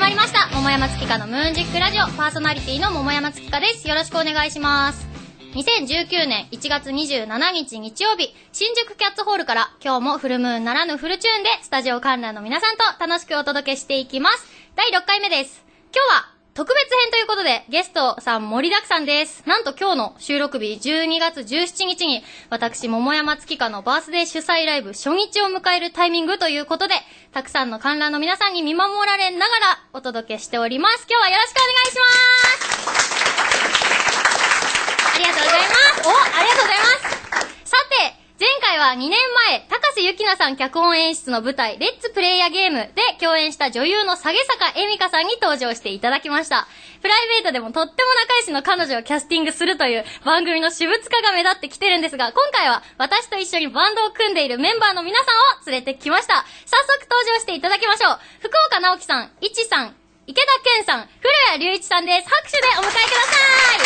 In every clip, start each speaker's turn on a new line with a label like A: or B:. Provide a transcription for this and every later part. A: 桃山月花のムーンジックラジオパーソナリティの桃山月花です。よろしくお願いします。2019年1月27日日曜日、新宿キャッツホールから今日もフルムーンならぬフルチューンでスタジオ観覧の皆さんと楽しくお届けしていきます。第6回目です。今日は特別編ということで、ゲストさん盛りだくさんです。なんと今日の収録日12月17日に、私、桃山月花のバースデー主催ライブ初日を迎えるタイミングということで、たくさんの観覧の皆さんに見守られながらお届けしております。今日はよろしくお願いしますありがとうございますおありがとうございますさて、前回は2年前、高瀬ゆきなさん脚本演出の舞台、レッツプレイヤーゲームで共演した女優の下げ坂恵美香さんに登場していただきました。プライベートでもとっても仲良しの彼女をキャスティングするという番組の私物化が目立ってきてるんですが、今回は私と一緒にバンドを組んでいるメンバーの皆さんを連れてきました。早速登場していただきましょう。福岡直樹さん、いちさん、池田健さん、古谷隆一さんです。拍手でお迎えください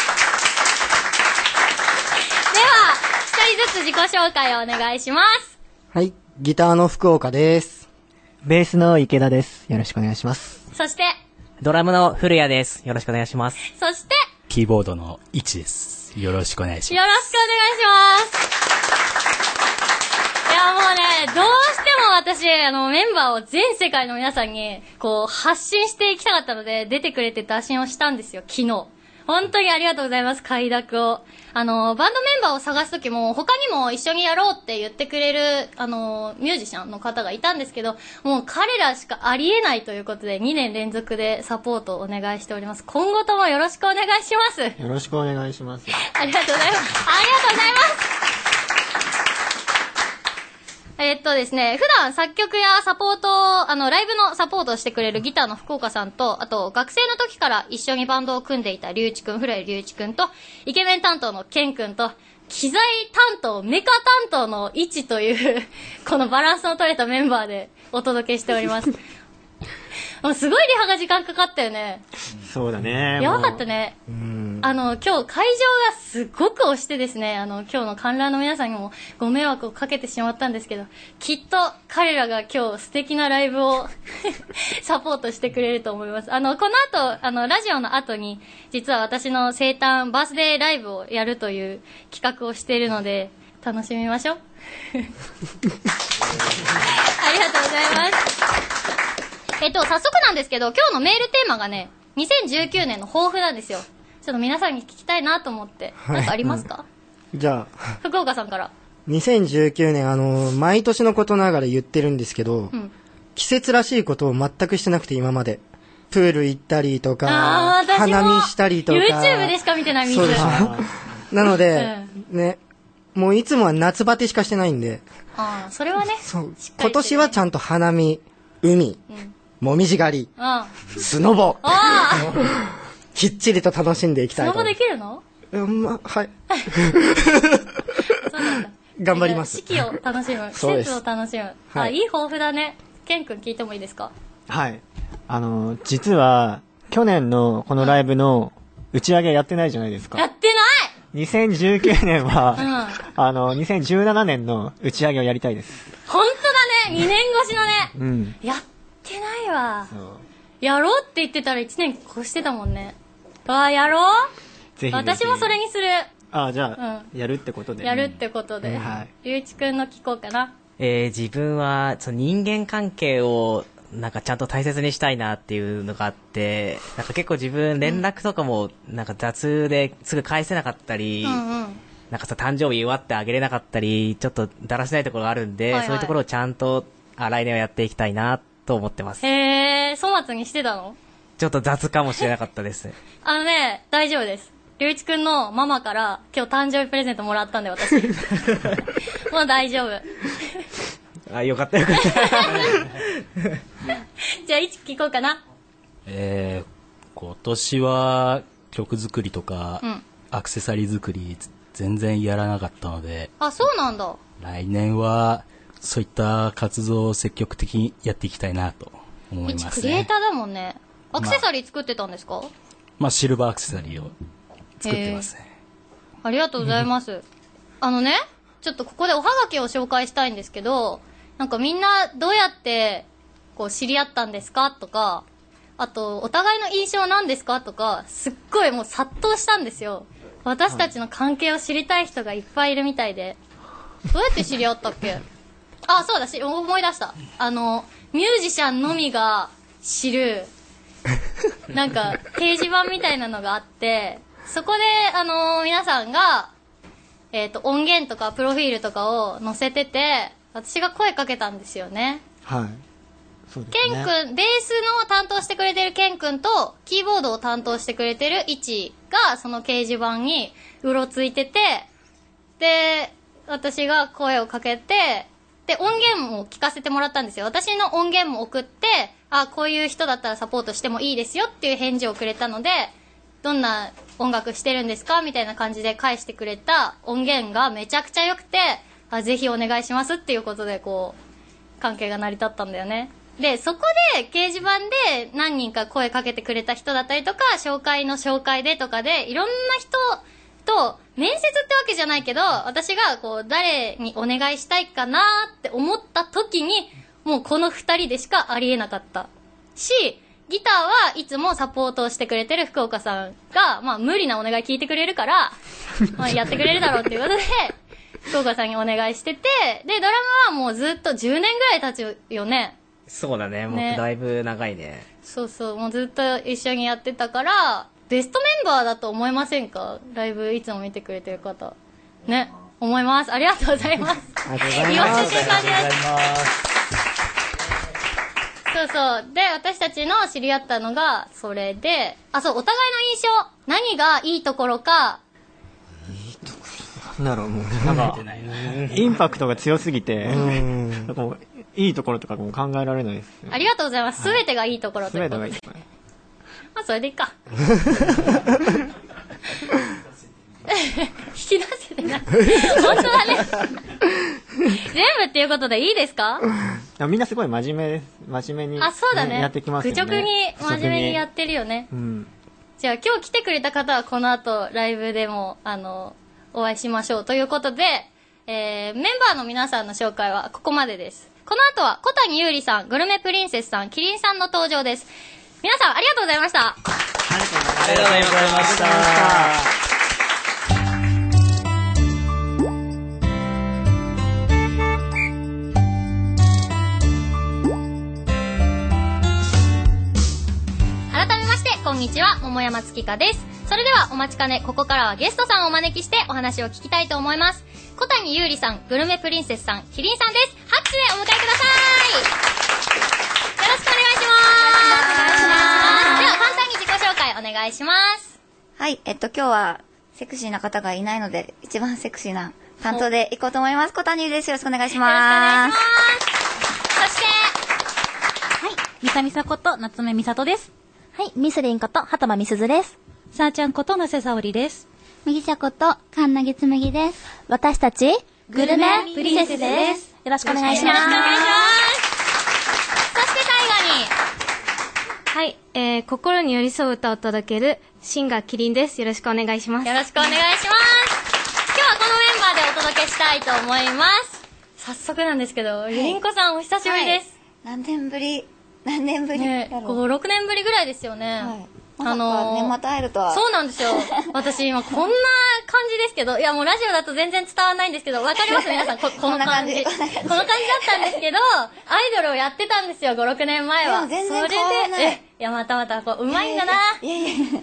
A: では、一人ずつ自己紹介をお願いします。
B: はい、ギターの福岡です。
C: ベースの池田です。よろしくお願いします。
A: そして、
C: ドラムの古谷です。よろしくお願いします。
A: そして、
D: キーボードの位置です。よろしくお願いし
A: よ
D: ま
A: ろしくお願いします。いや、もうね、どうしても私、あの、メンバーを全世界の皆さんに、こう、発信していきたかったので、出てくれて打診をしたんですよ、昨日。本当にありがとうございます、快諾を。あの、バンドメンバーを探すときも、他にも一緒にやろうって言ってくれる、あの、ミュージシャンの方がいたんですけど、もう彼らしかありえないということで、2年連続でサポートをお願いしております。今後ともよろしくお願いします。
B: よろしくお願いします。
A: ありがとうございます。ありがとうございます。えっとですね、普段作曲やサポート、あの、ライブのサポートをしてくれるギターの福岡さんと、あと、学生の時から一緒にバンドを組んでいた龍一くん、古谷龍一くんと、イケメン担当のケンくんと、機材担当、メカ担当のイチという、このバランスの取れたメンバーでお届けしております。もうすごいリハが時間かかったよね。
B: そうだね。
A: やばかったね。
B: もう。うん。
A: あの、今日会場がすごく押してですね、あの、今日の観覧の皆さんにもご迷惑をかけてしまったんですけど、きっと彼らが今日素敵なライブを サポートしてくれると思います。あの、この後、あの、ラジオの後に、実は私の生誕バースデーライブをやるという企画をしているので、楽しみましょう。 ありがとうございます。えっと、早速なんですけど、今日のメールテーマがね、2019年の抱負なんですよ。ちょっと皆さんに聞きたいなと思って。
B: はい
A: なんかありますか、
B: じゃあ、
A: 福岡さんから。
B: 2019年、あの、毎年のことながら言ってるんですけど、
A: うん。
B: 季節らしいことを全くしてなくて今まで。プール行ったりと
A: あ
B: か
A: あ、ー、私も。
B: 花見したりとか。
A: YouTube でしか見てない水。
B: そうでしょ
A: あ。
B: なので、ね、もういつもは夏バテしかしてないんで、
A: あー、それはね。
B: そう
A: しっかりしてるね
B: 今年はちゃんと花見、海、
A: うん。
B: もみじ狩
A: あ
B: り、スノボ
A: あ。、ああ
B: きっちりと楽しんでいき
A: ス
B: たい
A: ノ
B: と
A: ボ
B: 思
A: で
B: い
A: きるの
B: ます。うん、ま、はい。
A: そうなんだ。
B: 頑張ります
A: 四季を楽しむ。季
B: そうで
A: 節
B: す
A: を楽しむ。
B: は
A: あ、
B: い
A: いい抱負だね。ケン君聞いてもいいですか
E: はい。あの、実は、去年のこのライブの打ち上げやってないじゃないです
A: や
E: か。
A: って
E: 2019年は、
A: ないうん。
E: あの、2017年の打ち上げをやりたいです。
A: 本当だね !2 年越しのね
E: うん。
A: やってないわ。
E: そう
A: やろうって言ってたら1年越してたもんね。わあ、やろう
E: ぜひぜひ。
A: 私もそれにする。
E: あ、じゃあ、やるってことで。
A: やるってことで。
E: はい
A: ゆういちくんの聞こうかな。
C: えー、自分は、その人間関係を、なんかちゃんと大切にしたいなっていうのがあって、なんか結構自分連絡とかも、なんか雑ですぐ返せなかったり、
A: うんうん。
C: なんかさ、誕生日祝ってあげれなかったり、ちょっとだらしないところがあるんで、
A: はいはい
C: そういうところをちゃんと、あ来年はやっていきたいなと思ってます。
A: へえ、粗末にしてたの
C: ちょっと雑かもしれなかったです。
A: あのね、大丈夫です。りゅういちくんのママから今日誕生日プレゼントもらったんで私。もう大丈夫。
C: あ、よかったよかった。
A: じゃあ、いち聞こうかな。
D: す。えー、今年は曲作りとか、
A: うん
D: アクセサリー作りつ全然やらなかったので、
A: あ、そうなんだ。
D: 来年はそういった活動を積極的にやっていきたいなと思
A: い
D: い
A: ち
D: ま
A: ク
D: す
A: リエイ
D: ね
A: タ。ーだもんね。アクセサリー作ってたんですか、
D: まあシルバーアクセサリーを作ってますね。
A: ありがとうございます。あのね、ちょっとここでおはがきを紹介したいんですけど、なんかみんなどうやってこう知り合ったんですかとか、あと、お互いの印象何ですかとか、すっごいもう殺到したんですよ。私たちの関係を知りたい人がいっぱいいるみたいで。どうやって知り合ったっけあ、そうだし、思い出した。あの、ミュージシャンのみが知る、なんか、掲示板みたいなのがあって、そこで、あの皆さんが、えっ、と、音源とかプロフィールとかを載せてて、私が声かけたんですよね。
E: はい。そうで
A: ケ
E: す
A: ン
E: ね。
A: 君、ベースの担当してくれてるケン君と、キーボードを担当してくれてるイチが、その掲示板にうろついてて、で、私が声をかけて、で、音源も聞かせてもらったんですよ。私の音源も送って、あ、こういう人だったらサポートしてもいいですよっていう返事をくれたので、どんな音楽してるんですかみたいな感じで返してくれた音源がめちゃくちゃ良くて、あ、ぜひお願いしますっていうことで、こう、関係が成り立ったんだよね。で、そこで掲示板で何人か声かけてくれた人だったりとか、紹介の紹介でとかで、いろんな人と面接ってわけじゃないけど、私がこう、誰にお願いしたいかなって思った時に、もうこの二人でしかありえなかった。し、ギターはいつもサポートをしてくれてる福岡さんが、まあ無理なお願い聞いてくれるから、まあやってくれるだろうっていうことで、福岡さんにお願いしてて、で、ドラムはもうずっと10年ぐらい経つよね。
C: そうだね、もう
A: ね
C: だいぶ長いね。
A: そうそう、もうずっと一緒にやってたから、ベストメンバーだと思いませんかライブいつも見てくれてる方。ね、思います。ありがとうございます。
B: ありがとうござい
A: 言
B: ま
A: わ
B: す。
A: せていただきます。そうそう。で、私たちの知り合ったのが、それで、あ、そう、お互いの印象。何がいいところか、
E: なんだろう、もう、なんか、インパクトが強すぎて、なん かもう、いいところとかもう考えられないですよ。
A: ありがとうございます。すべてがいいところ
E: す
A: とい
E: べ
A: うこ
E: て
A: とで。
E: がいいですね。
A: まあ、それでいい か。引き出せてない。本当だね。全部っていうことでいいですか
E: でもみんなすごい真面目です。真面目に。
A: あ、そうだね。
E: やってきますよね。
A: 愚直に、真面目にやってるよね。
E: うん。
A: じゃあ今日来てくれた方はこの後ライブでも、あの、お会いしましょうということで、えー、メンバーの皆さんの紹介はここまでです。この後は小谷優里さん、グルメプリンセスさん、キリンさんの登場です。皆さんありがとうございました。
C: ありがとうございました。
A: 改めまして、こんにちは、桃山月香です。それではお待ちかね、ここからはゲストさんをお招きしてお話を聞きたいと思います。小谷優里さん、グルメプリンセスさん、キリンさんです。拍手でお迎えください。よろしくお願いします。では、簡単に自己紹介お願いします。
F: はい、えっと、今日は、セクシーな方がいないので、一番セクシーな担当で行こうと思います。小谷です。よろしくお願いし
A: よろしくお願
F: ま
A: いし
F: す。
A: ます。そして、
G: はい。みさみさこと、夏目みさとです。はい。ミスリンこと、はたまみすずです。さあちゃんこと、なせさおりです。
H: 麦茶こと、かんなぎつむぎです。私たち、グルメプリンセスです。。
G: よろしくお願いしま
A: よろしくお願いし
G: す。
A: ます。そして最後に、
I: はい、えー、心に寄り添う歌を届けるシンガーキリンです。よろしくお願いします。
A: よろしくお願いします。今日はこのメンバーでお届けしたいと思います。早速なんですけど、りんこさんお久しぶりです。
F: 何年ぶり何年ぶり
A: ね、
F: だ
A: 5、
F: ろう。
A: 6年ぶりぐらいですよね。
F: はい。まさかね、また会えるとは。
A: そうなん ですよ。私今こんな感じですけど、いやもうラジオだと全然伝わらないんですけど、わかります皆さん、ここの感じ。こ
F: こ
A: の感
F: んな感
A: じ
F: じ
A: だったんですけど、アイドルをやってたんですよ、5、6年前は。
F: でも全然
A: それで
F: 変わらない
A: えいや、またまた、こう、うまいんだな。
F: いやいやいや。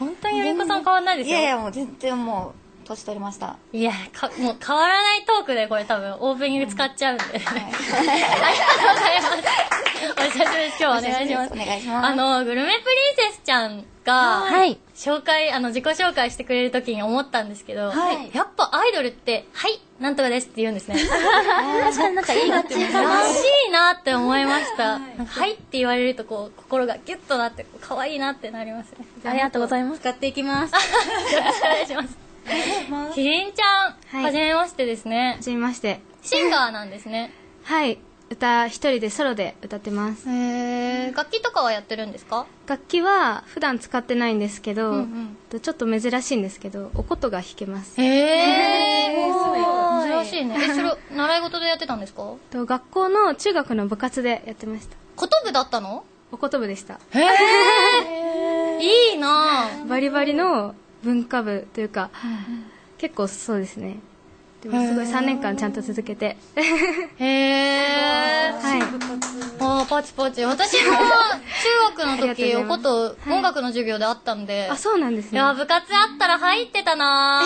A: 本当にりんこさん変わらないです
F: い
A: よ。
F: やいや、もう全然もう、年取りました。
A: いや、か、もう変わらないトークでこれ多分オープニング使っちゃうんで。ありがとうございます。お久しぶりです。今日はお願いします。
F: お願いします
A: あの、グルメプリンセスちゃんが、
G: はい
A: 紹介、あの、自己紹介してくれるときに思ったんですけど、やっぱアイドルって、はい、なんとかですって言うんですね。
G: 確かになんかいいなって思います。
A: らしいなって思いました。なんかはいって言われるとこう、心がギュッとなって、こう可愛いなってなりますね。
G: ありがとうございます。使っていきます。
A: よろしくお願いします。キリンちゃん、
I: はい
A: はじめましてですね
I: は。じめまして。
A: シンガーなんですね。
I: はい、歌一人でソロで歌ってます。
A: へー楽器とかはやってるんですか
I: 楽器は普段使ってないんですけど、
A: うんうん
I: とちょっと珍しいんですけど、お琴が弾けます。
A: へえ珍しいねえそれ習い事でやってたんですか
I: と学校の中学の部活でやってました。
A: 小飛ぶだったの
I: お言葉でした。
A: えいいなぁ。
I: バリバリの文化部というか、結構そうですね。でもすごい
A: へー
I: 3年間ちゃんと続 けて。
A: へえ。
I: はい。
A: あーパチパチ。私も中学の時、おこと音楽の授業であったんで。
I: あ、そうなんです
A: い
I: ね。
A: や、部活あったら入ってた な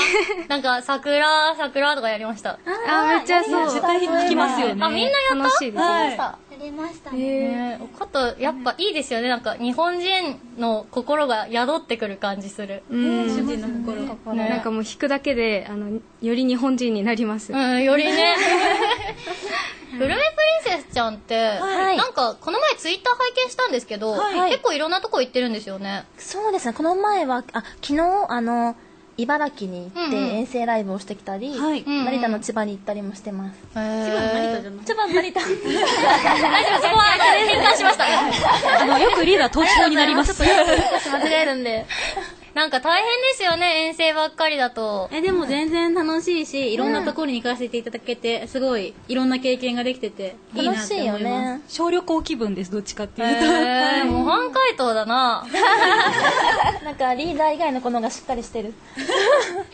A: ぁなんか、桜、桜とかやりました。
I: あ、めっちゃそう。
A: 絶対聞きますよね
I: あ、みんなやった楽しいですね。
H: やりました
A: ねおこと、やっぱいいですよね。なんか、日本人の心が宿ってくる感じする。
I: うん。
A: 心。ね
I: なんかもう弾くだけで、あの、より日本人になります。
A: うん、よりね。グルメプリンセスちゃんって、
H: はい
A: なんか、この前ツイッター拝見したんですけど、
H: はい
A: 結構いろんなとこ行ってるんですよね。
H: そうですねこの前はあ昨日あの茨城に行っ
A: うんうん
H: て遠征ライブをしてきたり、
G: はい
H: 成田の千葉に行ったりもしてます、
A: へー
G: 一番成田。
A: 大丈夫、そこは変換しました。
G: あの、よくリーダー統治法になります。
H: 間違えるんで
A: なんか大変ですよね、遠征ばっかりだと。
G: え、でも全然楽しいし、いろんなところに行かせていただけて、すごい、いろんな経験ができてて、いいなって思います。
H: 楽しいよね
G: 小旅行気分です、どっちかって
A: え
G: いうと。
A: ー、模範解答だな。
H: なんかリーダー以外の子のがしっかりしてる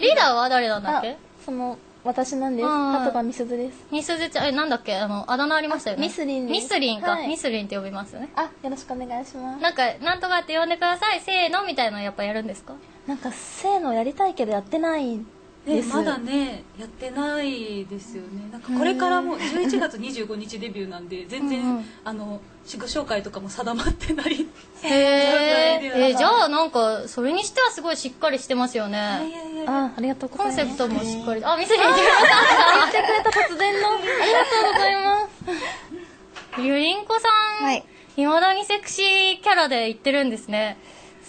A: リーダーは誰なんだっけ
H: その私なんです
A: あー
H: 鳩場みすずです
A: ミスズちゃん、え、なんだっけあの、あだ名ありましたよね。
H: あミスリンです
A: ミスリンか。
H: はい
A: ミスリンって呼びますよね。
H: あよろしくお願いします
A: なんか、なんとかって呼んでください、せーの、みたいなのやっぱやるんです か
H: なんかせーのやりたいけどやってないです
J: まだねやってないですよねなんかこれからも11月25日デビューなんで全然、
A: うんうん
J: あの自己紹介とかも定まってない
A: へえ
J: 状態では
A: えじゃあなんかそれにしてはすごいしっかりしてますよね
H: あありがとうございま
A: コン
H: す
A: セプトもしっかりあミス リン
H: 言ってくれた突然のありがとうございます
A: ゆりんこさん、
F: はいい、
A: まだにセクシーキャラで言ってるんですね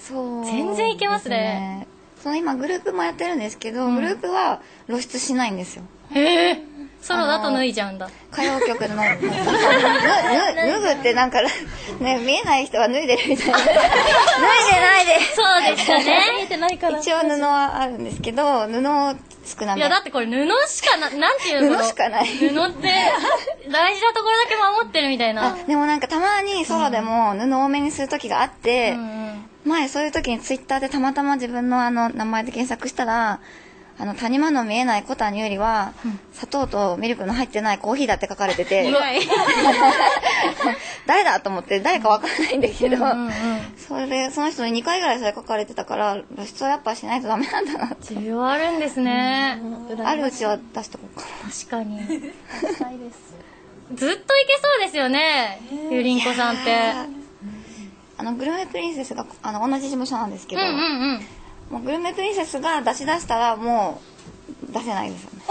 F: そう
A: 全然いけますね
F: ですねその今グループもやってるんですけど、グループは露出しないんですよ
A: へえソロだと脱いじゃうんだ
F: 歌謡曲の 脱ぐ脱ぐってなんかね見えない人は脱いでるみたいな脱いでないで
A: そうでし たね
F: 一応布はあるんですけど布少な
A: い
F: め
A: やだってこれ布しかななんていうの
F: 布しかない
A: 布って大事なところだけ守ってるみたいな
F: あでもなんかたまにソロでも布多めにする時があって、
A: うん
F: 前そういう時にツイッターでたまたま自分のあの名前で検索したらあの谷間の見えないコタニよりは、砂糖とミルクの入ってないコーヒーだって書かれてて 誰だと思って誰かわからないんだけど、
A: うんうん
F: それでその人に2回ぐらいそれ書かれてたから露出はやっぱしないとダメなん だなって
A: 需要あるんですね、
F: あるうちは出しとこうかな
A: 確かにずっといけそうですよねゆりんこさんって
F: あのグルメプリンセスがあの同じ事務所なんですけ
A: うん
F: ど、
A: うんうん
F: もうグルメプリンセスが出し出したらもう出せないですよね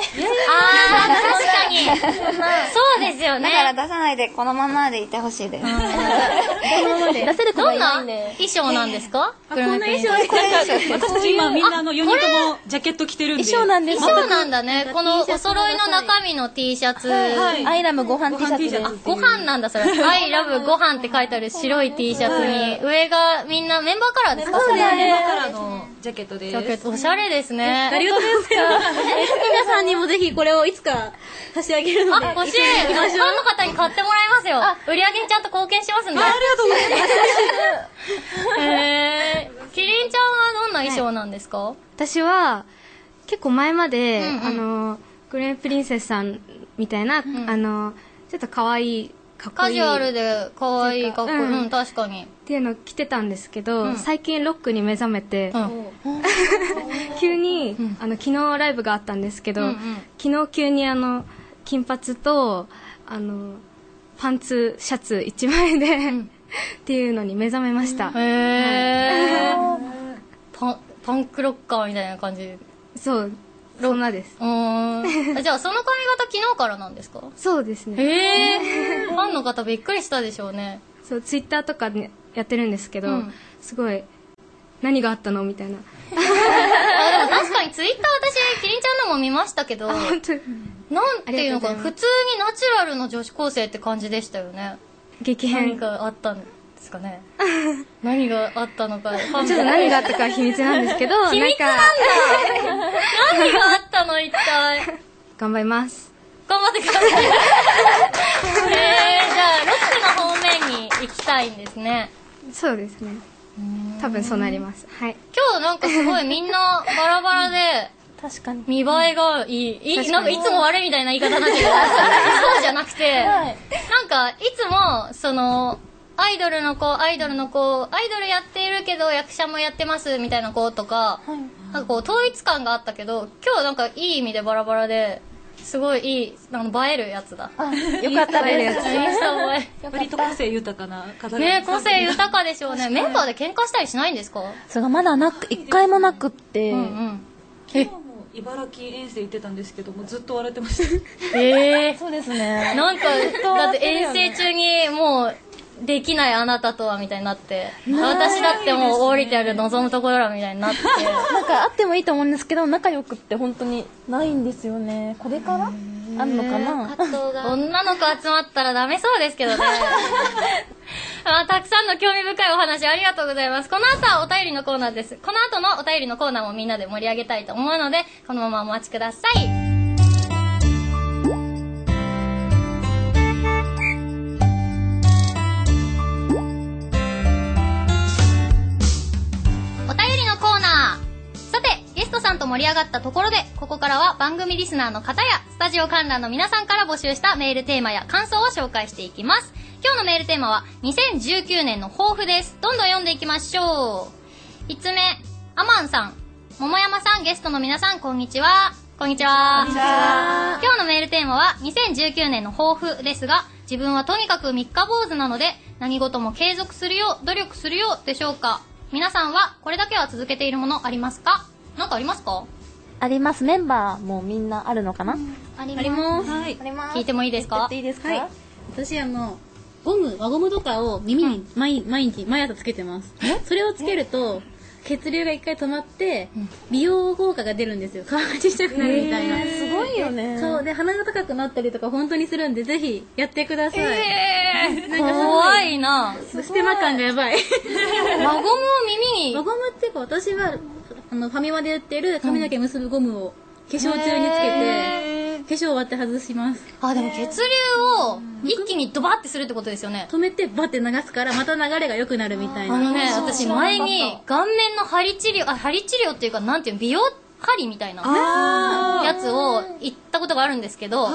A: あー確かにそうですよ
F: だから
A: ね
F: 出さないでこのままでいてほしいです。
H: 出せる子が
A: ど
H: い
A: ん
H: な
A: ない
H: んで
A: 衣装なんですか
J: こんな衣装なんか私たち今みんなあの4人ともジャケット着てるんで
H: 衣装なんです
A: 衣装なんだねこのお揃いの中身の T シャツ
J: はい
H: アイラムご飯 T シャツです
J: ご飯 T シャツ
A: ご飯なんだそれ「I love ご飯」って書いてある白い T シャツに上がみんなメンバーカラーですか
J: そうだね今からのジャケットです
A: ジャケットおしゃれですね
G: りがとうございます。え、月田さんにもぜひこれをいつか差し上 げるので。
A: あ、欲しい。ファンの方に買ってもらいますよ。売り上げにちゃんと貢献しますんで。ありがとうございます。へー。キリンちゃんはどんな衣装なんですか、
I: 私は結構前まで、
A: うんうん
I: あのグレープリンセスさんみたいな、
A: ん
I: あのちょっと可愛いかっこ
A: カ
I: いい
A: ジュアルで可愛いかっこいい。
I: うん
A: うん、確かに。
I: っていうのを着てたんですけど、
A: うん
I: 最近ロックに目覚めて、
A: うん。
I: 急に、あの昨日ライブがあったんですけど、
A: うんうん
I: 昨日急にあの金髪とあのパンツシャツ1枚で、っていうのに目覚めました、
A: へー。パン、パンクロッカーみたいな感じ。
I: そうそんなです
A: うーん。あじゃあその髪型昨日からなんですか
I: そうですね
A: へー。ファンの方びっくりしたでしょうね。
I: そうツイッターとかでやってるんですけど、
A: うん
I: すごい何があったのみたいな
A: あ、でも確かにツイッター私、キリンちゃんのも見ましたけど。
I: 本当に
A: なんていうのかな
I: ありがとうございます
A: 普通にナチュラルの女子高生って感じでしたよね
I: 激
A: 何
I: 変ちょ
A: かあったんですか ね何があったのかファン
I: っ
A: も
I: と何が あったかは 秘密なんですけど
A: 秘密
I: なんか
A: 何があったの一体
I: 頑張ります
A: 頑張ってくださいえー、じゃあロックの方面に行きたいんですね
I: そうですね多分そうなりますはい
A: 今日なんかすごいみんなバラバラで
G: 確かに
A: 見栄えがいいい
I: 確
A: い
I: かに
A: なんかいつも悪いみたいな言い方なんだけどそうじゃなくて、
G: はい
A: なんかいつもそのアイドルの子アイドルの子アイドルやっているけど役者もやってますみたいな子とか、なんかこう統一感があったけど今日なんかいい意味でバラバラですごいいいあの映えるやつだ
J: よかったです
A: インスタ映
J: 割と個性豊かな方
A: え
J: が
A: ねえ個性豊かでしょうね
J: 確
A: メ
J: かに
A: ンバーで喧嘩したりしないんですか
G: それがまだなく一回もなくって、
J: 昨日も茨城遠征行ってたんですけどもうずっと笑ってました
A: ええ
G: そうですね
A: なんか、だって遠
G: 征
A: 征中にもう、できないあなたとはみたいになって、
G: ね
A: 私だってもう降りてある望むところだみたいになって、
G: なんかあってもいいと思うんですけど仲良くって本当にないんですよねこれからあんのかな
A: 女の子集まったらダメそうですけ どね。まあ、たくさんの興味深いお話ありがとうございます。この後はお便りのコーナーです。この後のお便りのコーナーもみんなで盛り上げたいと思うので、このままお待ちください。お便りのコーナーさてゲストさんと盛り上がったところでここからは番組リスナーの方やスタジオ観覧の皆さんから募集したメールテーマや感想を紹介していきます今日のメールテーマは2019年の抱負ですどんどん読んでいきましょう5つ目アマンさん桃山さんゲストの皆さんこんにちはこんにち
G: こ
A: は
G: んにちは
A: 今日のメールテーマは2019年の抱負ですが自分はとにかく三日坊主なので何事も継続するよう努力するようでしょうか皆さんはこれだけは続けているものありますか何かありますか
G: ありますメンバーもみんなあるのかな、
A: あ
K: あります。。
A: はい
K: あります
A: 聞いてもいいですか
K: いいですか、はい、 私、あの、ゴム、輪ゴムとかを耳に毎,、毎日、毎朝つけてます。それをつけると、血流が一回止まって、美容効果が出るんですよ。顔がちっちゃくなるみたいな。
G: へーすごいよね
K: そう。で、鼻が高くなったりとか、本当にするんで、ぜひ、やってください。
A: え
K: なんかすご
A: 怖いな
K: ステマ感がや ばい。
A: 輪ゴムを耳に
K: 輪ゴムっていうか、私は、あの、ファミマで売ってる髪の毛結ぶゴムを、化粧中につけて、化粧終わって外します。
A: あでも血流を一気にドバってするってことですよね
K: 止めてバって流すからまた流れが良くなるみたいな
A: あのね私前に顔面の針治療あ針治療っていうかなんていうの美容針みたいな
K: あー
A: やつを行ったことがあるんですけど、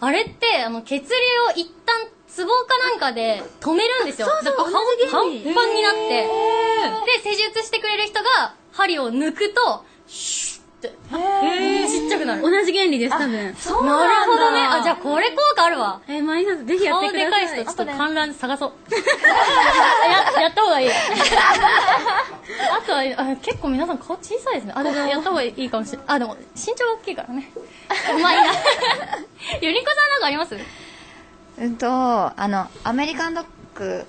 A: あれってあの血流を一旦ツボかなんかで止めるんですよ
K: そうそう
A: だから顔
K: 同じ原
A: パン
K: 理
A: パンになってで施術してくれる人が針を抜くとへーちっちゃくなる
K: 同じ原理です多分
A: そうなんだなるほどねあじゃあこれ効果あるわ
K: えーマリナさんぜひやってください
A: 顔でかい人ちょっと
K: あ
A: 観覧探そうややった方がいいあとはあ結構皆さん顔小さいですねあでもやった方がいいかもしれないあでも身長が大きいからねま あいいなゆりこさんなんかあります
F: うんとあのアメリカンドッグ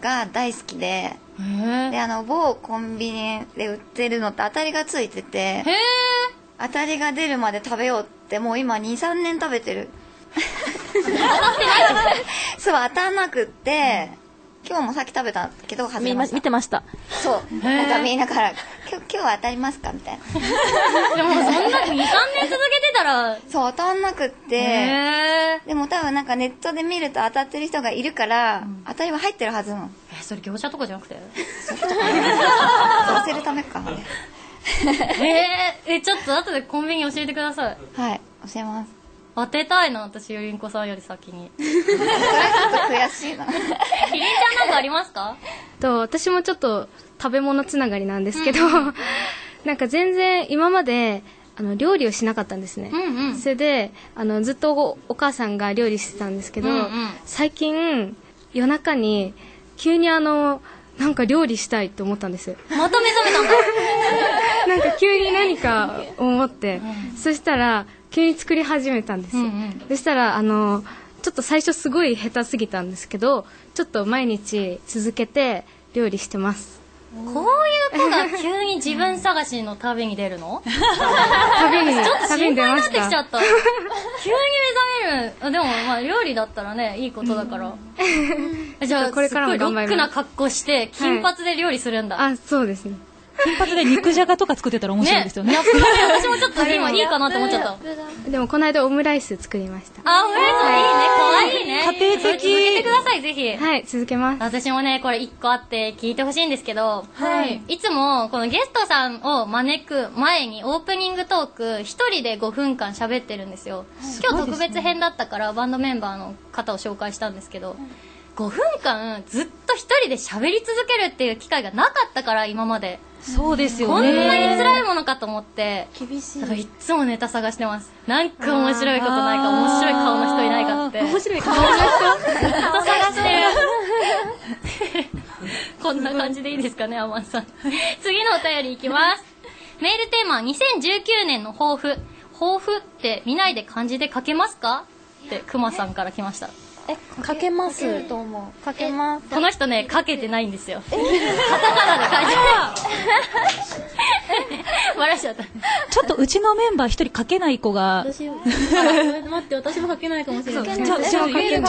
F: が大好きで、であの某コンビニで売ってるのって当たりがついてて当たりが出るまで食べようってもう今23年食べ てる当たってないそう当たんなくって、今日もさっき食べたけど外れ
G: 見
F: ま
G: ま
F: した
G: 見てました
F: そう
G: へ
F: な
G: ー
F: んかみんなから「今日今日は当たりますか?」みたいな
A: でもそんな23年続けてたら
F: そう当たんなくって
A: へ
F: でも多分なんかネットで見ると当たってる人がいるから、当たりは入ってるはずもん
A: えそれ業者とかじゃなくて
F: させるた めか
A: えー、えちょっと後でコンビニ教えてください
F: はい教えます
A: 当てたいな私ゆりんこさんより先に ゆりん
F: 悔 しいな
A: ちゃんなんかありますか
I: と私もちょっと食べ物つながりなんですけど、 なんか全然今まであの料理をしなかったんですね、それであのずっとおお母さんが料理してたんですけど、
A: うんうん
I: 最近夜中に急にあのなんか料理したいと思ったんですよ
A: また目覚め たんだ
I: なんか急に何か思って、そしたら急に作り始めたんですよ、そしたらあのちょっと最初すごい下手すぎたんですけどちょっと毎日続けて料理してます
A: こういう子が急に自分探しの旅に出る の
I: 旅に
A: ちょっと心
I: 旅
A: 配
I: に
A: に
I: 出
A: な
I: ま
A: っ
I: して
A: き
I: た
A: ちゃった急に目覚めるあでもまあ料理だったらねいいことだから、じゃあ
I: これからも
A: すっごい
I: 頑張りま
A: ロックな
I: す
A: 格好して金髪で料理するんだ、
I: あそうですね
L: 金髪で肉じゃがとか作ってたら面白いですよね。
A: ねギャップがね私もちょっと今いいかなって思っ ちゃった
I: でもこの間オムライス作りました
A: あ、オムライスいいね。可愛いね。
I: 家庭的
A: 続けてください、ぜひ。
I: はい、続けます。
A: 私もね、これ一個あって聞いてほしいんですけど、
I: はい。
A: いつも、このゲストさんを招く前にオープニングトーク、一人で5分間喋ってるんですよ。今日特別編だったから、バンドメンバーの方を紹介したんですけど、5分間ずっと一人で喋り続けるっていう機会がなかったから、今まで。
L: そうですよね。
A: こんなに辛いものかと思って、
L: 厳しい
A: だからいっつもネタ探してます。なんか面白いことないか、面白い顔の人いないかって。面白い顔の人ずっと探してる。こんな感じでいいですかね、アマンさん。次のお便りいきます。メールテーマ、2019年の抱負。抱負って見ないで漢字で書けますかって、くまさんから来ました。
M: え、かけます。
A: かける
M: と思う。かけます。
A: この人ね、書けてないんですよ。笑っちゃった。
L: ちょっとうちのメンバー一人書けない子が、
K: 私、あ 待って、私も書けないかもしれない。
L: ちょちょちょ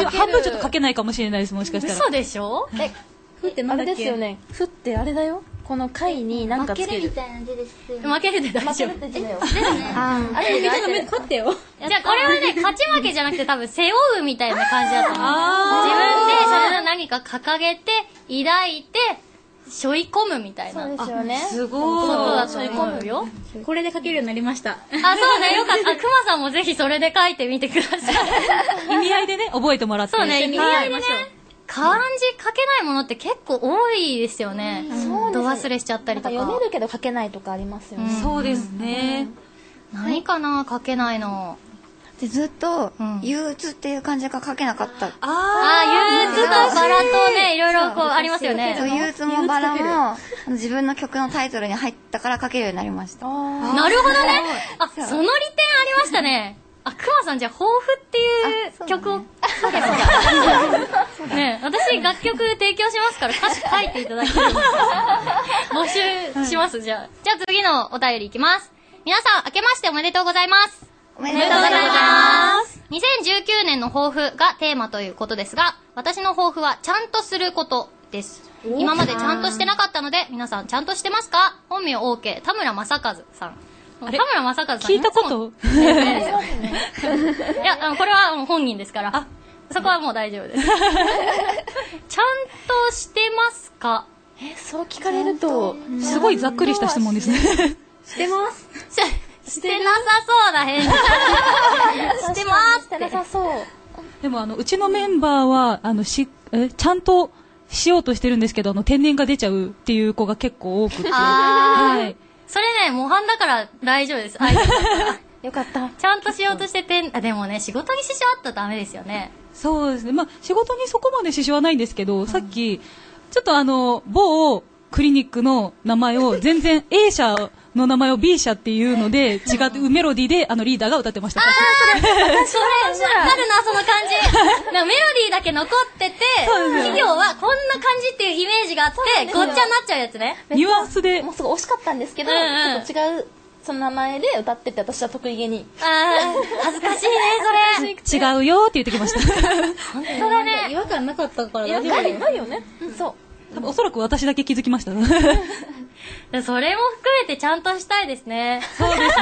L: 半分ちょっと書けないかもしれないです、もしかしたら。
A: でしょ
M: え、
K: ふって
M: あ
K: なんだ
M: れ
K: っけ
M: ですよね。ふってあれだよ。この貝に何かつける。負けるみたいな字です。
A: 負けるで大丈夫。
M: ですよ。
A: あれ
M: みんなの目
A: 勝ってよ。じゃあこれはね、勝ち負けじゃなくて多分背負うみたいな感じだと思う。自分でそれの何か掲げて、抱いて、背負い込むみたいな。
M: そうですよね
A: あすごい。ことだと思うよ。
K: これで書けるようになりました。
A: あ、そうね、よかった。あくまさんもぜひそれで書いてみてください。
L: 意味合いでね、覚えてもらって。
A: そうね、
L: 一緒
A: 意
L: に
A: 味合いでね。漢字書けないものって結構多いですよね。
M: そうです
A: ど忘れしちゃったりとか。
M: 読めるけど書けないとかありますよね。
L: そうですね。
A: 何かな書けないの。
F: でずっと憂鬱っていう漢字が書けなかった、
A: あー憂鬱とバラとねいろいろこうありますよね
F: そう憂鬱もバラもあの自分の曲のタイトルに入ったから書けるようになりました
A: な
F: な
A: るほどね。あ、その利点ありましたね。あ、くまさんじゃあ、抱負っていう曲を書けばいいんだねえ私楽曲提供しますから歌詞書いていただきたいです募集します、じゃあ。じゃあ次のお便りいきます。皆さん、明けましておめでとうございます。おめ
F: でとうござい
A: ま。
F: ます
A: 2019年の抱負がテーマということですが、私の抱負はちゃんとすることです。
K: お
A: 今までちゃんとしてなかったので、皆さんちゃんとしてますか本名 OK、田村正和さん。田村正和さん。
L: 聞いたこと
A: いや、あのこれはもう本人ですから。そこはもう大丈 夫です。ちゃんとしてますか
M: え、そう聞かれると、
L: すごいざっくりした質問ですね。
M: してます。
A: してなさそうだ、返事。してます
M: してなさそう。
L: でもあの、うちのメンバーは、あの、し、え、ちゃんとしようとしてるんですけど、あの、天然が出ちゃうっていう子が結構多くて。
A: あー
L: はい。
A: それね、模範だから大丈夫です。
M: よかった。
A: ちゃんとしようとしててん、あ、でもね、仕事に支障あったらダメですよね。
L: そうですね。まあ、仕事にそこまで支障はないんですけど、さっき、ちょっとあの、某クリニックの名前を、全然 A 社の名前を B 社っていうので、違う、メロディーで、あの、リーダーが歌ってました。
A: それ、わかるな、その感じ。なんかメロディーだけ残ってて、
L: そうですよ
A: 企業はこんな感じっていうイメージがあって、ご
M: そう
A: っ
M: なん
A: ち
M: です
A: ゃに
M: よ
A: なっちゃうやつね。
L: ニュアンスで。
M: もうすごい惜しかったんですけど、
A: うんうん
M: ちょっと違う、その名前で歌ってて、私は得意げに。
A: あー、恥ずかしいね、それ。
L: 違うよって言ってきました。
A: 本当
K: だね。違和感なかったから大丈夫だよ。
M: ないよね。そう。
L: 多分おそらく私だけ気づきました。
A: でそれも含めてちゃんとしたいですね。
L: そう ですね。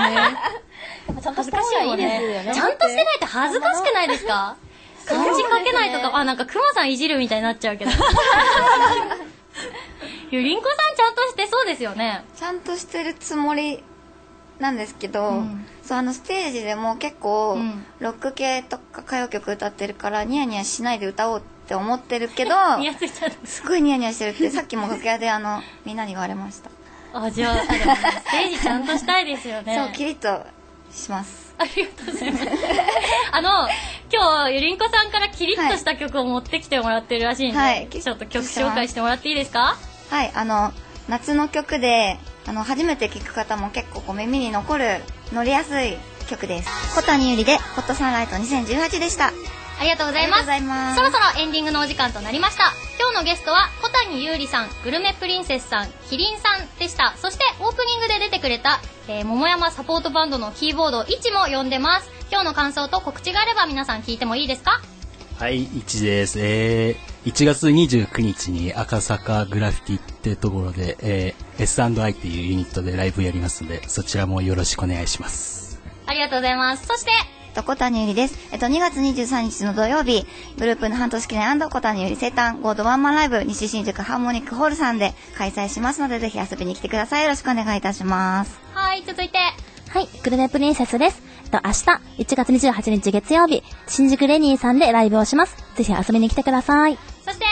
M: ちゃんと
A: 恥
M: し
A: ず
M: た
A: かし
M: 方が
A: い
M: い
A: も
M: い
A: ん
M: ですよ
A: ね
M: ね。。
A: ちゃんとしてないと恥ずかしくないですか
M: そう
A: 漢字書けない
M: そう
A: と
M: です
A: か
M: ね、
A: あ、なんか、くまさんいじるみたいになっちゃ うけど。ゆりんこさんちゃんとしてそうですよね。
F: ちゃんとしてるつもりなんですけど、
A: うん
F: そうあのステージでも結構、
A: うん
F: ロック系とか歌謡曲歌ってるからニヤニヤしないで歌おうって思ってる けど
A: ニヤついちゃった。
F: すごいニヤニヤしてる ってさっきも楽屋であのみんなに言われました
A: あ、じゃあ、でもステージちゃんとしたいですよね。
F: そうキリッとします
A: ありがとうございます。あの、今日、ゆりんこさんからキリッとした曲を持ってきてもらってるらしいんで、
F: はい
A: ちょっと曲紹介してもらっていいですか
F: はいあの夏の曲であの初めて聴く方も結構こう耳に残る乗りやすい曲です小谷ゆりで「ホットサンライト2018」でした
A: ありがとうございます。
F: ありがとうございます
A: そろそろエンディングのお時間となりました。今日のゲストは、小谷優里さん、グルメプリンセスさん、キリンさんでした。そして、オープニングで出てくれた、えー桃山サポートバンドのキーボード、いちも呼んでます。今日の感想と告知があれば皆さん聞いてもいいですか
D: はい、1です。えー、1月29日に赤坂グラフィティってところで、えー、S&I っていうユニットでライブやりますので、そちらもよろしくお願いします。
A: ありがとうございます。そして、
F: 小谷ゆりです。えっと、2月23日の土曜日、グループの半年記念小谷ゆり生誕ゴールドワンマンライブ、西新宿ハーモニックホールさんで開催しますので、ぜひ遊びに来てください。よろしくお願いいたします。
A: はい、続いて、
H: はい、グルメプリンセスです。えっと、明日、1月28日月曜日、新宿レニーさんでライブをします。ぜひ遊びに来てください。
A: そして、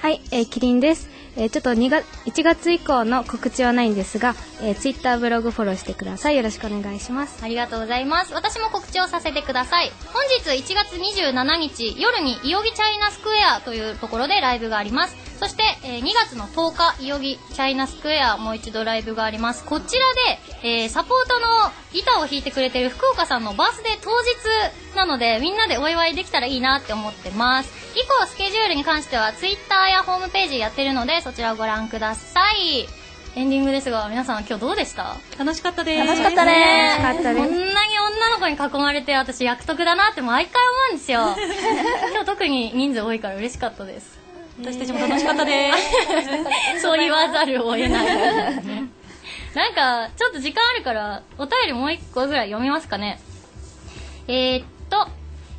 I: はい、えー、キリンです。えーちょっと2月、1月以降の告知はないんですが、えー、ツイッターブログフォローしてください。よろしくお願いします。
A: ありがとうございます。私も告知をさせてください。本日1月27日夜にいよぎチャイナスクエアというところでライブがあります。そして、えー2月の10日、いよぎチャイナスクエアもう一度ライブがあります。こちらで、えーサポートのギターを弾いてくれてる福岡さんのバースデー当日なので、みんなでお祝いできたらいいなって思ってます。以降、スケジュールに関してはツイッターやホームページやってるので、そちらをご覧ください。エンディングですが、皆さん今日どうでした
L: 楽しかったです
A: 楽しかったね
L: 楽しかったです
A: こんなに女の子に囲まれて私役得だなって毎回思うんです よ今日特に人数多いから嬉しかったです
L: 私たちも楽しかったです
A: そう言わざるを得ない なんかちょっと時間あるからお便りもう一個ぐらい読みますかねえー、っと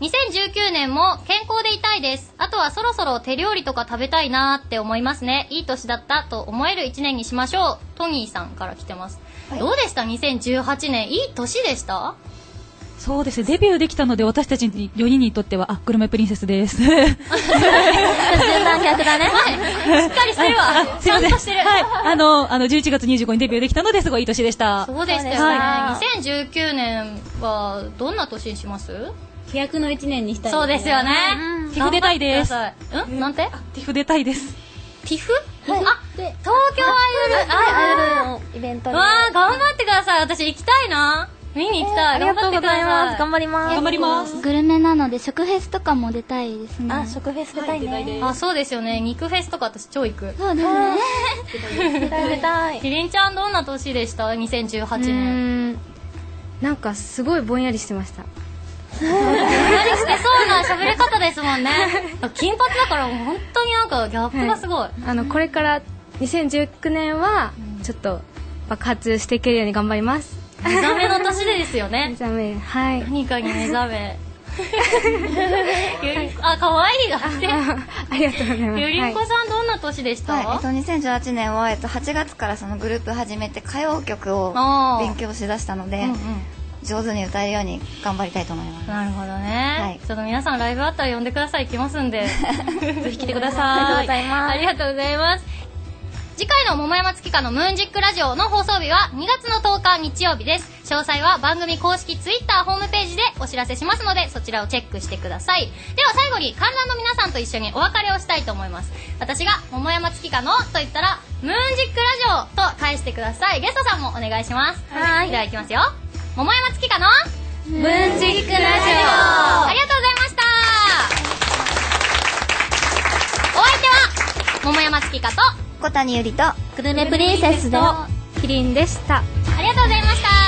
A: 2019年も健康でいたいです。あとはそろそろ手料理とか食べたいなーって思いますね。いい年だったと思える1年にしましょう。トニーさんから来てます。どうでした ?2018 年。いい年で した
L: そうですねデビューできたので私たち4人にとってはあグルメプリンセスです
A: 順番逆だね。はい。しっかりしてるわ。
L: す
A: ち
L: い
A: ゃ
L: ま
A: ん
L: せん
A: としてる。
L: はいあのあの11月25日にデビューできたのですごいいい年でした
A: そうでしたよね。
L: はい
A: 2019年はどんな年にします
K: 飛躍の1年にしたい
A: そうですよね。
K: ティフ出たいです
A: 頑張ってくださいんなんて
L: ティフ出たいです
A: ティフあ、東京アイドル。
M: アイ
A: あ
M: ドルのイベント
A: ー
M: で。
A: わー、頑張ってください。私行きたいな。見に行き
M: えー
A: たい。
M: ありがとうございます
A: 頑張ってください
H: グルメなので食フェスとかも出たいですね。あ、食
M: フェス出たいね
A: あ、そうですよね。肉フェスとか私超行く。
H: そうです ね。
M: 出たい出たい
A: キリンちゃんどんな年でした ?2018
I: うー
A: 年。
I: んなんかすごいぼんやりしてました。
A: ぼんやりしてそうな喋り方ですもんね。 金髪だからもう本当になんかギャップがすごい。
I: あのこれから2019年はちょっと爆発していけるように頑張ります。
A: 目覚めの年でですよね。
I: 目覚めはい。
A: 何かに目覚め。ゆりあ、可愛いだって。
I: ありがとうございます。
A: ゆりんこさんどんな年でした、
F: はい、えっと、2018年は、えっと、8月からそのグループ始めて歌謡曲を
A: あー
F: 勉強しだしたので、
A: うんうん
F: 上手に歌えるように頑張りたいと思います。
A: なるほどね、ちょっと皆さんライブあったら呼んでください行きま すんでぜひ来てくだ
M: あ
A: さい
M: りがとうございます
A: ありがとうございます次回の桃山月花のムーンジックラジオの放送日は2月の10日日曜日です詳細は番組公式ツイッターホームページでお知らせしますのでそちらをチェックしてくださいでは最後に観覧の皆さんと一緒にお別れをしたいと思います私が桃山月花のと言ったらムーンジックラジオと返してくださいゲストさんもお願いしますはいではいきますよ桃山月花の
M: ムーンジックラジオ
A: ありがとうございましたお相手は桃山月花と
F: 小谷ゆりと、
H: グルメプリンセスと
I: キリンでした。
A: ありがとうございました